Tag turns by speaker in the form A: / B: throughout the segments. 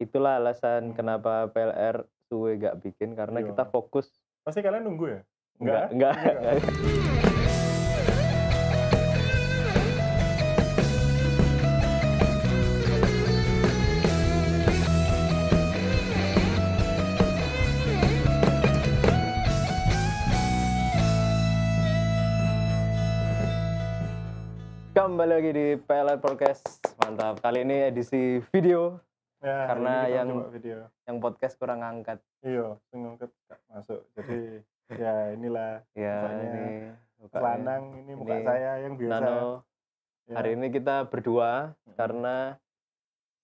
A: Itulah alasan
B: Mhm.
A: kenapa PLR suwe gak bikin karena
B: Iya.
A: kita fokus.
B: Pasti kalian nunggu ya?
A: Enggak, enggak.
B: Enggak.
A: Kembali lagi di PLR Podcast. Mantap. Kali ini edisi video
B: Ya,
A: Karena
B: ini kita
A: yang-
B: coba video.
A: yang podcast kurang angkat.
B: Iya, ngangkat nggak masuk. Jadi ya inilah
A: Ya,
B: Mukanya
A: ini mukanya.
B: lanang ini muka
A: Ini
B: saya yang biasa.
A: Nano.
B: Ya.
A: Hari ini kita berdua
B: Mm.
A: karena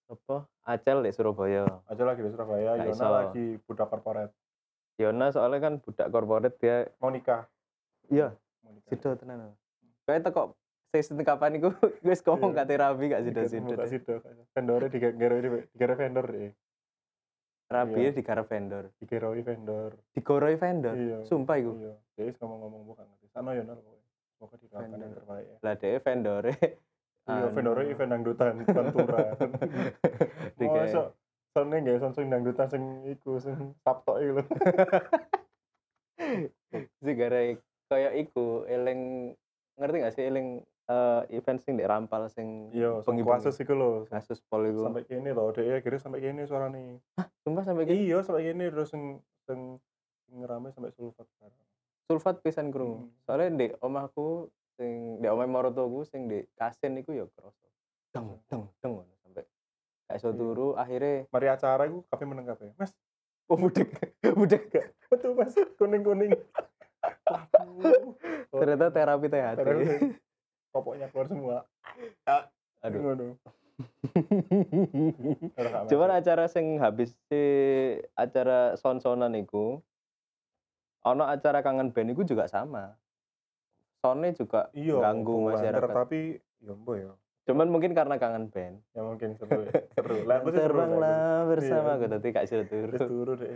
A: apa? Acel di Surabaya.
B: aja lagi di Surabaya,
A: Nggak
B: Yona
A: iso.
B: lagi budak korporat.
A: Yona soalnya kan budak korporat dia
B: Mau nikah.
A: Iya.
B: Mau nikah.
A: sido tenan. Kayak teko season kapan iku wis ngomong
B: Iya.
A: gak terapi gak sido
B: Dikit
A: sido.
B: muka sido. Vendornya digaroi digaroi vendor eh. deh.
A: Terapi
B: Iya.
A: di garap vendor.
B: Digaroi vendor.
A: Digoroi vendor.
B: Iya.
A: Sumpah iku.
B: Iya. Jadi ngomong-ngomong bukan ngerti. Sana Yona pokoknya. Semoga dilakukan yang
A: Vendor.
B: terbaik ya.
A: Lah dhek vendore.
B: Iya,
A: Anu.
B: vendornya event dangdutan, bukan turah. Masa Soalnya gak Samsung dangdutan sing iku sing Sabto iku lho.
A: Segara kayak iku eling ngerti gak sih eling eh, event sing di rampal sing
B: Iya, sing
A: Bengi-bengi.
B: kuasus iku lho.
A: kasus pol iku.
B: Sampai kene lho, dhek akhirnya sampai kene suarane.
A: Sumpah sampai gitu.
B: Iya, sampai kene terus sing sing sing rame sampai sulfat bareng.
A: sulfat pisan krungu.
B: Hmm.
A: Soalnya di omahku sing di omah marotoku sing di kasin iku ya kroso. Deng deng deng ngono sampai gak iso
B: Iya.
A: turu akhirnya
B: Mari acara iku kafe meneng kafe. Mas,
A: oh budek budek
B: betul Mas, kuning-kuning. Waduh.
A: ternyata terapi THT.
B: Ternyata Popoknya keluar semua.
A: Aduh.
B: Ngono. Terus gak
A: Cuman
B: masuk.
A: acara sing habis si acara son-sonan iku ono acara kangen band iku juga sama. Sone juga
B: iya,
A: ganggu
B: bukan,
A: masyarakat.
B: Tapi ya mbo ya.
A: cuman mungkin karena kangen band.
B: Ya mungkin seru. ya. Seru. Lah aku sih seru. lah, aku sih.
A: Terbanglah bersama
B: Iya.
A: gue tadi gak sih
B: Terus
A: turu.
B: turu deh.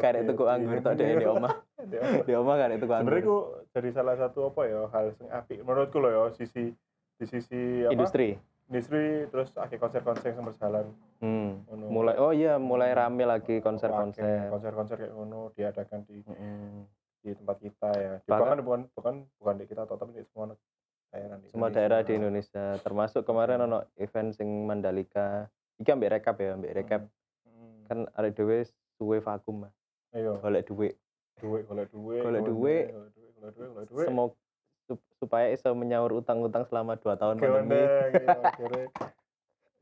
A: Karek
B: iya,
A: tuku anggur tok deh di omah.
B: Di omah.
A: Di omah karek tuku anggur.
B: Sebenarnya ku jadi salah satu apa ya hal sing apik menurutku loh ya sisi di sisi apa?
A: industri.
B: industri terus akhir konser-konser yang berjalan
A: Hmm.
B: ngono.
A: Mulai oh iya mulai
B: Hmm.
A: rame lagi
B: Akeh
A: konser-konser.
B: konser-konser kayak ngono diadakan di
A: Mm-mm.
B: di tempat kita ya. Di,
A: Bahkan-
B: bahkan bukan bukan bukan di kita total di semua daerah di
A: Semua
B: Indonesia.
A: daerah di Indonesia termasuk kemarin ono event sing Mandalika. Iki ambek rekap ya, ambek rekap
B: Hmm.
A: kan arek dhewe suwe vakum mah,
B: Ayo,
A: golek duit.
B: duit, golek duit,
A: Golek
B: golek
A: duit.
B: duit, golek duit, golek duit, golek duit.
A: Semoga supaya iso menyaur utang-utang selama 2 tahun
B: Kayak wendeng, iya, akhirnya.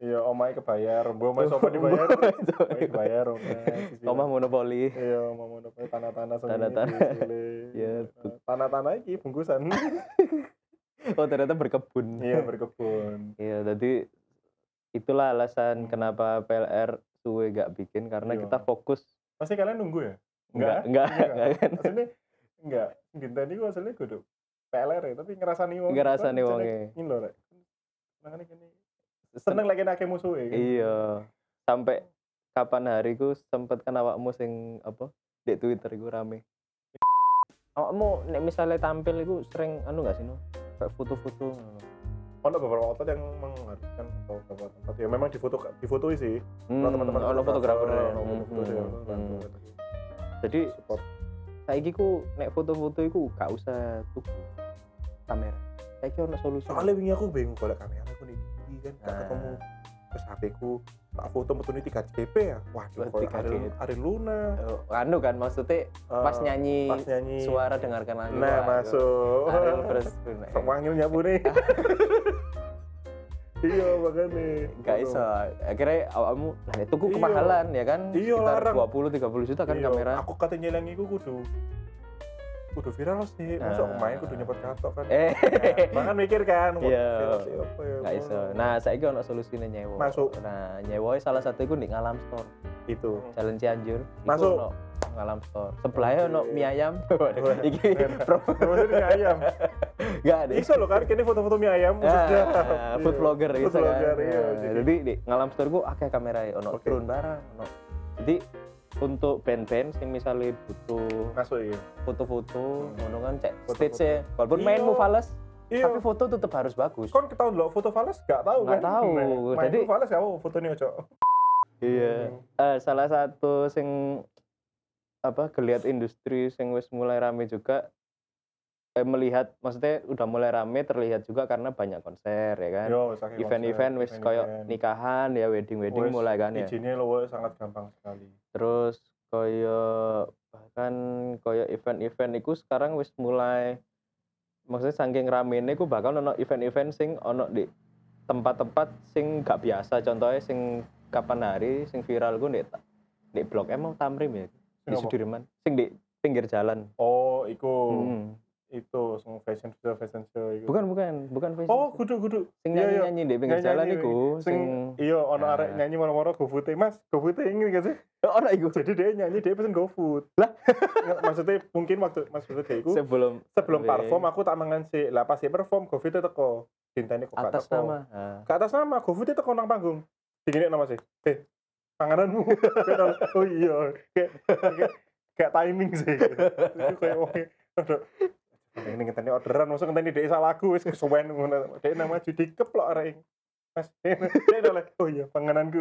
B: Iya, omai kebayar, mbok omai sopo dibayar. Omai kebayar, omai.
A: Oh, Omah monopoli.
B: Iya, mau mau dapat tanah-tanah sendiri.
A: Tanah-tanah. Iya,
B: Nah, Tanah-tanah iki bungkusan.
A: Oh, ternyata berkebun.
B: iya, berkebun.
A: Iya, jadi itulah alasan
B: Hmm.
A: kenapa PLR suwe gak bikin karena
B: Iya.
A: kita fokus
B: Pasti kalian nunggu ya?
A: enggak enggak
B: Enggak.
A: enggak kan.
B: Maksudnya enggak. Ginten iku asline kudu PLR ya, tapi ngerasani wong.
A: Enggak rasane
B: Kan
A: wonge.
B: jeneng Ini lho, Rek. Senengane kene. Seneng lagi nake musuhe. kan?
A: Iya. Sampai kapan hari ku sempet kan awakmu sing apa? Di Twitter iku rame. Awakmu nek misalnya tampil iku sering anu gak sih no? Kayak foto-foto.
B: Hmm. Ono beberapa outlet yang mengharuskan atau beberapa tempat ya memang difoto difotoi sih.
A: Hmm,
B: Kalau teman-teman
A: ono fotografer. ya.
B: ono
A: Hmm,
B: fotografer ya, ono
A: hmm,
B: bantu.
A: hmm. Jadi
B: support.
A: saiki ku nek foto-foto iku gak usah tuku kamera. Saiki ono solusi.
B: soalnya wingi aku bingung golek kamera aku nih iki kan gak
A: Nah.
B: ketemu terus HP ku tak foto metu ini 3 JP ya waduh
A: Wah,
B: kalau
A: 3
B: Ari,
A: JP.
B: Ari Luna
A: Eh, anu kan maksudnya pas
B: eh,
A: nyanyi,
B: pas nyanyi Oh.
A: suara dengarkan lagi.
B: nah
A: Wah,
B: masuk
A: itu. Ariel terus
B: sok wangil nyapu nih iya makanya
A: Gak iso. Akhirnya awakmu lah itu ku
B: Iya.
A: kemahalan ya kan?
B: Iya,
A: Sekitar
B: larang.
A: 20 30 juta kan
B: Iya,
A: kamera.
B: aku kata nyelengi ku kudu kudu viral sih masuk
A: Nah.
B: main kudu nyepet katok kan
A: Eh.
B: Nah, bahkan mikir kan mau
A: Iya.
B: viral sih apa ya
A: Gak iso. Nah, saiki ono solusine nyewa.
B: Masuk.
A: Nah, nyewa salah satu iku di Ngalam Store,
B: itu
A: Jalan Cianjur. Iku
B: Masuk.
A: ono Ngalam Store. Sebelahnya ono
B: Oke.
A: mie ayam.
B: Wah,
A: Iki
B: enak.
A: pro
B: terus mie ayam
A: gak ada.
B: iso loh kan kini foto-foto mie ayam khususnya
A: Ah, food
B: Iya.
A: vlogger
B: Food
A: gitu kan.
B: vlogger, iya,
A: Nah,
B: jadi-
A: Jadi di ngalam store gua akeh kamera ya, ono
B: Oke.
A: drone barang, ono. Jadi untuk band-band yang misalnya butuh
B: masuk iya
A: foto-foto,
B: Hmm.
A: ngono kan cek
B: Foto-foto.
A: stage ya. Walaupun
B: Iya.
A: mainmu fals,
B: Iya,
A: tapi foto tetap harus bagus.
B: kon ketahuan lo foto Fales gak tahu
A: Nggak
B: kan?
A: tahu,
B: Nah, Main
A: jadi-
B: Fales gak apa fotonya cok.
A: Iya. eh, salah satu sing apa geliat industri sing wis mulai rame juga eh, melihat maksudnya udah mulai rame terlihat juga karena banyak konser ya kan.
B: Yo, saking
A: Event-event
B: Iya, konser,
A: wis koyo
B: event-event.
A: nikahan ya wedding-wedding
B: Wis,
A: mulai kan ya.
B: Izinnya lo sangat gampang sekali.
A: terus koyo bahkan koyo event-event iku sekarang wis mulai maksudnya saking ramene iku bakal ono event-event sing ono di tempat-tempat sing gak biasa contohnya sing kapan hari sing viral ku di di blok emang Tamrim ya di
B: Sing apa?
A: Sudirman sing di pinggir jalan
B: Oh, iku
A: Mm.
B: itu semua fashion show, fashion show. Iku.
A: bukan bukan bukan fashion
B: Oh,
A: show.
B: kudu kudu.
A: sing
B: Iya, iya.
A: nyanyi-nyanyi di pinggir
B: Nyanyi-nyanyi
A: jalan
B: wingi.
A: iku
B: Sing
A: sing
B: iya ono
A: Nah.
B: arek nyanyi moro-moro GoFood Mas, e GoFood ini gak sih?
A: Oh, ono iku
B: Jadi dia nyanyi dia pesen GoFood.
A: Lah.
B: Nggak, maksudnya mungkin waktu maksudnya dia iku
A: sebelum eh,
B: sebelum perform aku tak mangan sih. Lah pas dia perform GoFood itu teko. Cintanya kok gak
A: atas
B: teko.
A: nama Ah.
B: Ke atas nama GoFood itu teko nang panggung. Dingin nama sih. Eh, pangananmu. oh iya. Kayak kayak- kayak timing sih. Itu kayak wong e. aduh. Ini ngenteni orderan, maksud ngenteni dia salah aku, wis kesuwen ngono. Dia nama judi keplok arek. e. Mas, dia oleh, oh iya, pangananku.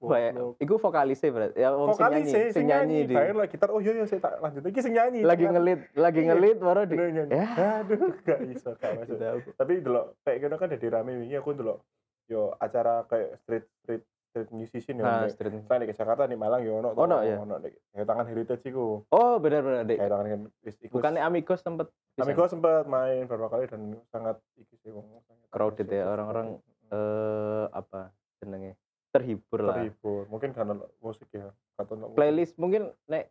A: Wae, iku vokalise berarti. Ya wong sing
B: Vokalis e,
A: nyanyi,
B: sih,
A: sing nyanyi di.
B: Bayar lah gitar, oh iya, iya, saya tak lanjut lagi, sing nyanyi.
A: Lagi
B: Tangan.
A: ngelit, lagi
B: Iya.
A: ngelit baru di. Ah,
B: Nyanyi, nyanyi.
A: Ya.
B: Aduh, gak iso, gak masuk. tapi dulu kayak gitu kan jadi rame wingi aku dulu yo acara kayak street street street musician yo
A: Nah,
B: nah,
A: street.
B: misalnya di Jakarta di Malang yo ono tuh,
A: Ono, ya?
B: ono di- kayak tangan heritage iku
A: Oh, benar-benar, Dik.
B: kayak tangan kan wis iku
A: Bukannya Amigos sempet
B: kami
A: ya?
B: gua sempat main beberapa kali dan sangat iki sih wong sangat-
A: Crowded ya,
B: sangat-
A: orang-orang, eh apa jenenge? Terhibur eh, lah.
B: terhibur mungkin karena musik ya atau no-
A: Playlist mungkin nek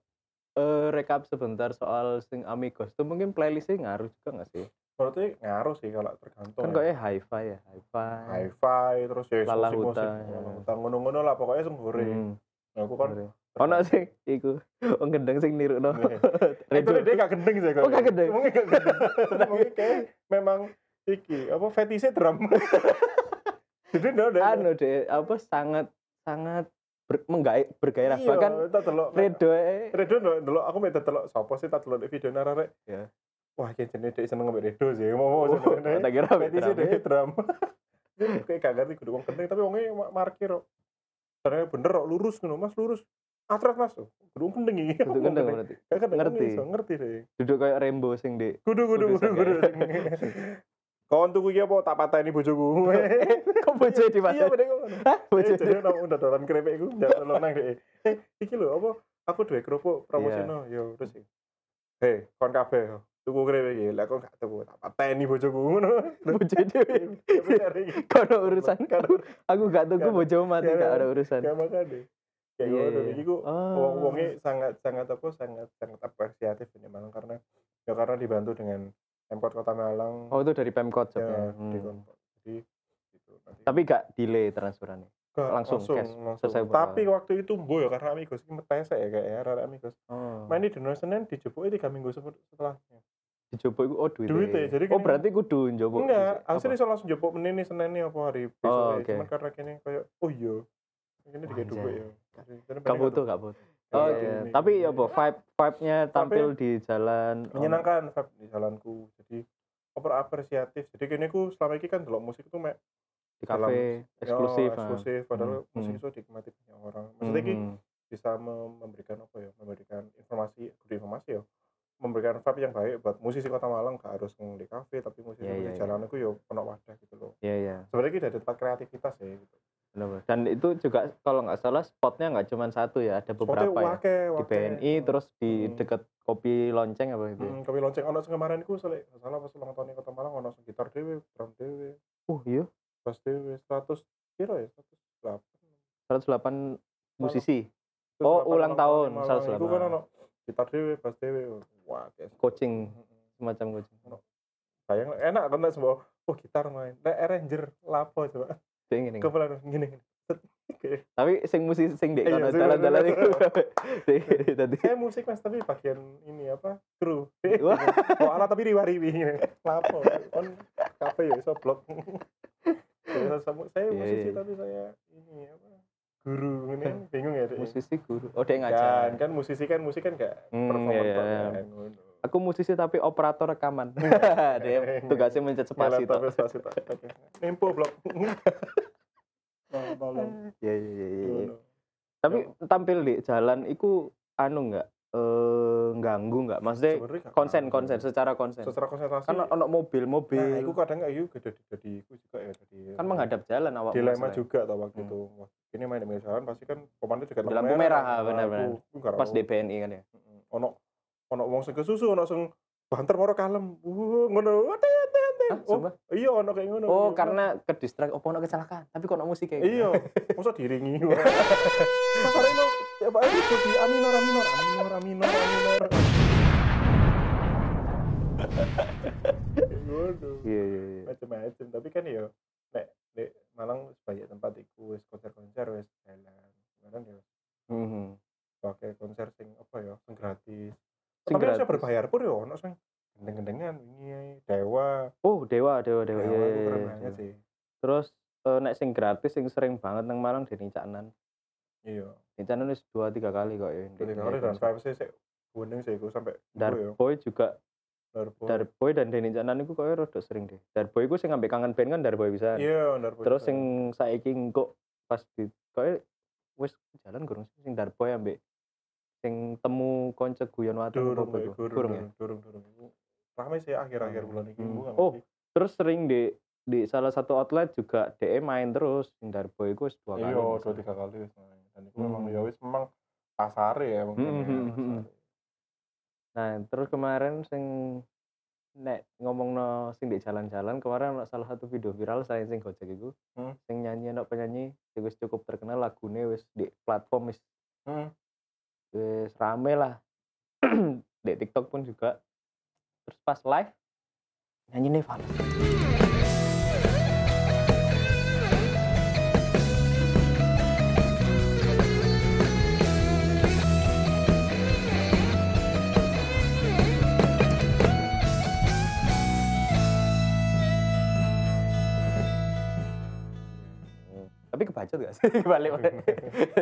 A: eh rekap sebentar soal sing Amigos tuh mungkin playlistnya ngaruh juga nggak sih?
B: menurutnya ngaruh sih kalau tergantung
A: Kan
B: ya.
A: kayaknya hi-fi ya, hi-fi.
B: hi-fi terus ya
A: Lala
B: musik-musik
A: Huta, ya.
B: Lala Huta, ngono-ngono lah pokoknya senggore
A: Hmm,
B: nah, aku kan
A: bener. Ono sih iku. Wong gendeng sing niru
B: Nih. Itu
A: Redo.
B: Eh, dia gak gendeng sih
A: Oh, gak gendeng?
B: Mungkin gak gendeng. Mungkin kayak memang iki apa fetishnya drum. Jadi ndak ada.
A: anu deh apa sangat sangat ber, menggai- bergairah
B: Iya,
A: bahkan
B: tak delok.
A: Fredo eh,
B: Redo ndak delok aku minta delok sapa sih tak delok video narare.
A: Ya.
B: Wah, kayak jenis dia seneng ngambek Redo sih. Mau mau
A: Oh, tak
B: seneng.
A: kira eh,
B: Fetishnya
A: rame.
B: dia drum. Jadi kayak gak ngerti kudu wong gendeng tapi wongnya ma- markir kok. Ternyata bener kok lurus ngono Mas, lurus. Atret Mas. Kudu wong gendeng iki.
A: duduk
B: Wong
A: gendeng
B: gendeng.
A: kan berarti
B: Gak gendeng,
A: Ngerti.
B: iso, kan oh, Ngerti deh.
A: duduk kayak Rembo sing di
B: Kudu kudu
A: Kudu,
B: kudu
A: sing,
B: kudu. Kon tuku iki apa tak patahi bojoku.
A: Eh, kok bojo di
B: Iya
A: mata
B: bener kok. ngono.
A: Hah, bojo
B: Eh, Jadi nang udah dolan krepek iku ndak tolong nang dhek. Eh iki lho apa aku duwe kerupuk promosino
A: Iya.
B: yo terus. Hei, kon kabeh tuku krepek iki. Lah kon gak tuku tak pateni bojoku ngono.
A: bojo dhewe
B: Tapi cari iki.
A: gak ada urusan
B: Gak ada
A: aku aku gak tunggu
B: Gak-
A: bojo mati
B: gak-
A: gak ada urusan
B: Gak makan deh. Kayak
A: Iya,
B: ngono
A: iya.
B: iki ku
A: Oh.
B: wong-wonge sangat sangat apa sangat sangat apresiatif ini Malang karena ya karena dibantu dengan Pemkot Kota Malang.
A: oh itu dari Pemkot
B: ya,
A: jobnya.
B: di
A: Hmm.
B: kantor. Jadi gitu. Nanti
A: tapi gak delay transferannya
B: Gak,
A: langsung, cash,
B: langsung.
A: selesai buat
B: Tapi waktu itu mbo ya karena amigos ini metesek ya kayak ya, rara amigos.
A: oh
B: Main di Dunia Senin dijupuknya tiga minggu sepe- setelahnya.
A: dijopo iku oh duit
B: Duit ya, jadi
A: oh
B: kini-
A: berarti kudu njopo
B: Enggak,
A: Apa?
B: harusnya iso langsung jupuk menini Senin nih apa hari besok.
A: Oh,
B: ya.
A: oke.
B: Cuman karena kini kayak oh iya. Ini dikit
A: Anjay.
B: duit ya. Jadi, jadi
A: gak
B: pengen
A: butuh
B: ada-
A: gak butuh
B: ada
A: oh
B: duit
A: iya.
B: ini.
A: tapi ya apa vibe vibe-nya tampil di jalan oh.
B: menyenangkan vibe di jalanku. Jadi over apresiatif. Jadi kini aku selama ini kan delok musik itu mek
A: di
B: dalam-
A: kafe
B: ya,
A: eksklusif ah.
B: eksklusif padahal
A: Hmm.
B: musik
A: Hmm.
B: itu dinikmati banyak orang. Maksudnya ini
A: Mhm.
B: bisa mem- memberikan apa ya memberikan informasi guru informasi ya memberikan vibe yang baik buat musisi kota Malang gak harus ngomong di kafe tapi musisi
A: Iya, iya,
B: di
A: iya.
B: jalan aku ya penuh wadah gitu loh
A: Iya iya.
B: sebenarnya kita ada tempat kreativitas ya gitu
A: Benar. Dan itu juga kalau nggak salah spotnya nggak cuma satu ya, ada
B: Spotnya
A: beberapa ya.
B: wake,
A: Di
B: wake.
A: BNI terus di
B: Hmm.
A: deket kopi lonceng apa itu. ya?
B: hmm, kami lonceng ono sing kemarin ku soalnya nggak salah pas ulang tahun kota Malang ono sing gitar dewe drum dewe
A: Uh, iya.
B: bass dewe 100 kira ya 108
A: 108 musisi.
B: 108
A: Oh, ulang tahun,
B: Malang. Iku kan
A: 108.
B: ono gitar dewe bass dewe wah kayak- Hmm,
A: Coaching. Semacam coaching.
B: bayang enak kan nek semua oh gitar main nek arranger lapo coba
A: Dia ingin ingin.
B: kebelan gini gini.
A: Tapi sing musisi sing dek
B: Iya,
A: kono
B: sing-
A: dalan-dalan itu. Dek, Tadi.
B: saya musik mas tapi bagian ini apa kru
A: Wah.
B: oh ala tapi riwari ini lapo on kafe ya so blok saya saya- saya
A: Iya,
B: musisi
A: iya.
B: tapi saya ini apa guru ini bingung ya deh
A: Musisi guru. Oh, dia
B: kan
A: ngajar.
B: kan musisi kan musik kan gak
A: Hmm,
B: performer
A: iya, iya.
B: kan, ngono.
A: Aku musisi tapi operator rekaman. dia tugasnya mencet
B: Ngelet
A: spasi
B: Iya. tapi
A: tok.
B: spasi tok. Oke. nempo blok Tolong, tolong
A: Iya iya iya, iya.
B: Hmm. Ngono.
A: Tapi tampil di jalan iku anu nggak eh ganggu nggak? Maksudnya
B: Sebenarnya nggak
A: konsen
B: ngaruh.
A: konsen secara konsen.
B: Nah, iya. Secara konsentrasi.
A: Kan ono mobil-mobil.
B: nah, itu kadang kayak iku jadi jadi iku juga ya jadi.
A: kan menghadap jalan awak.
B: dilema juga tau waktu
A: Hmm.
B: itu. Wah, Ini main di pinggir jalan pasti kan komando juga
A: Di lampu merah, benar-benar. Pas di BNI kan ya.
B: ono ono wong sing kesusu ono sing banter moro kalem. Uh, ngono. Ate ate ate.
A: Hah,
B: Oh,
A: sumpah?
B: iya ono kayak ngono.
A: Oh,
B: Iya.
A: karena ke distrak opo ono kecelakaan, tapi kok ono musik kayak gitu.
B: Iya, masa diringi.
A: Iya.
B: Masa reno ya Pak itu di aminor aminor aminor aminor aminor. Waduh.
A: Iya, iya, iya.
B: Macam-macam, tapi kan ya nek nek Malang wis banyak tempat iku wis konser-konser wis jalan. Kemarin ya
A: Mhm.
B: pakai konser sing apa ya, sing gratis.
A: Sing
B: tapi bisa
A: gratis.
B: berbayar pun ya ono sing gendeng-gendengan ini Dewa.
A: Oh, Dewa, Dewa, Dewa. Iya,
B: Dewa itu
A: iya,
B: keren
A: iya,
B: banget
A: Dewa.
B: sih.
A: Terus eh, nek sing gratis sing sering banget nang Malang di Rincanan.
B: Iya.
A: Rincanan wis 2 3 kali kok ya.
B: Jadi kalau dan vibe sih sik kuning sih iku sampai iku ya,
A: Darboy juga
B: Darbo.
A: Darboy dan Deni Canan iku koyo rada sering deh. Darboy iku sing ngambek kangen band kan Darboy bisa.
B: Iya, Darbo.
A: Terus
B: juga.
A: sing saiki engko pas di koyo wis jalan gurung sih, sing Darboy ambek sing temu konco Guyon Watu apa
B: durung Mbak,
A: iku?
B: durung
A: Gurung ya.
B: durung durung durung Iku ramai sih
A: Hmm.
B: akhir-akhir bulan ini
A: Hmm.
B: gua nggak
A: Oh.
B: ngerti.
A: Terus sering di di salah satu outlet juga DE main terus sing Darboy iku wis dua kali.
B: iya
A: masalah.
B: dua tiga kali wis naik. dan itu memang
A: Hmm.
B: ya wis memang pasar ya mungkin
A: Hmm,
B: ya,
A: hmm,
B: pasare.
A: hmm. Nah, terus kemarin sing nek ngomong no sing di jalan-jalan kemarin ono salah satu video viral saya sing gojek iku
B: Hmm.
A: sing nyanyi ono penyanyi sing wis cukup terkenal lagune wis di platform wis
B: Hmm.
A: wis rame lah di TikTok pun juga terus pas live nyanyi nih
B: Hmm.
A: Valen tapi kebacut gak sih kebalik Valen?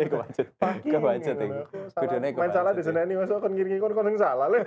A: kebacut
B: Fucking,
A: kebacut
B: gitu
A: iku.
B: loh. Aku salah-
A: Kudune
B: main salah
A: kebacut,
B: di
A: ya.
B: sana ini masuk kon ngiringi kon kon yang salah lho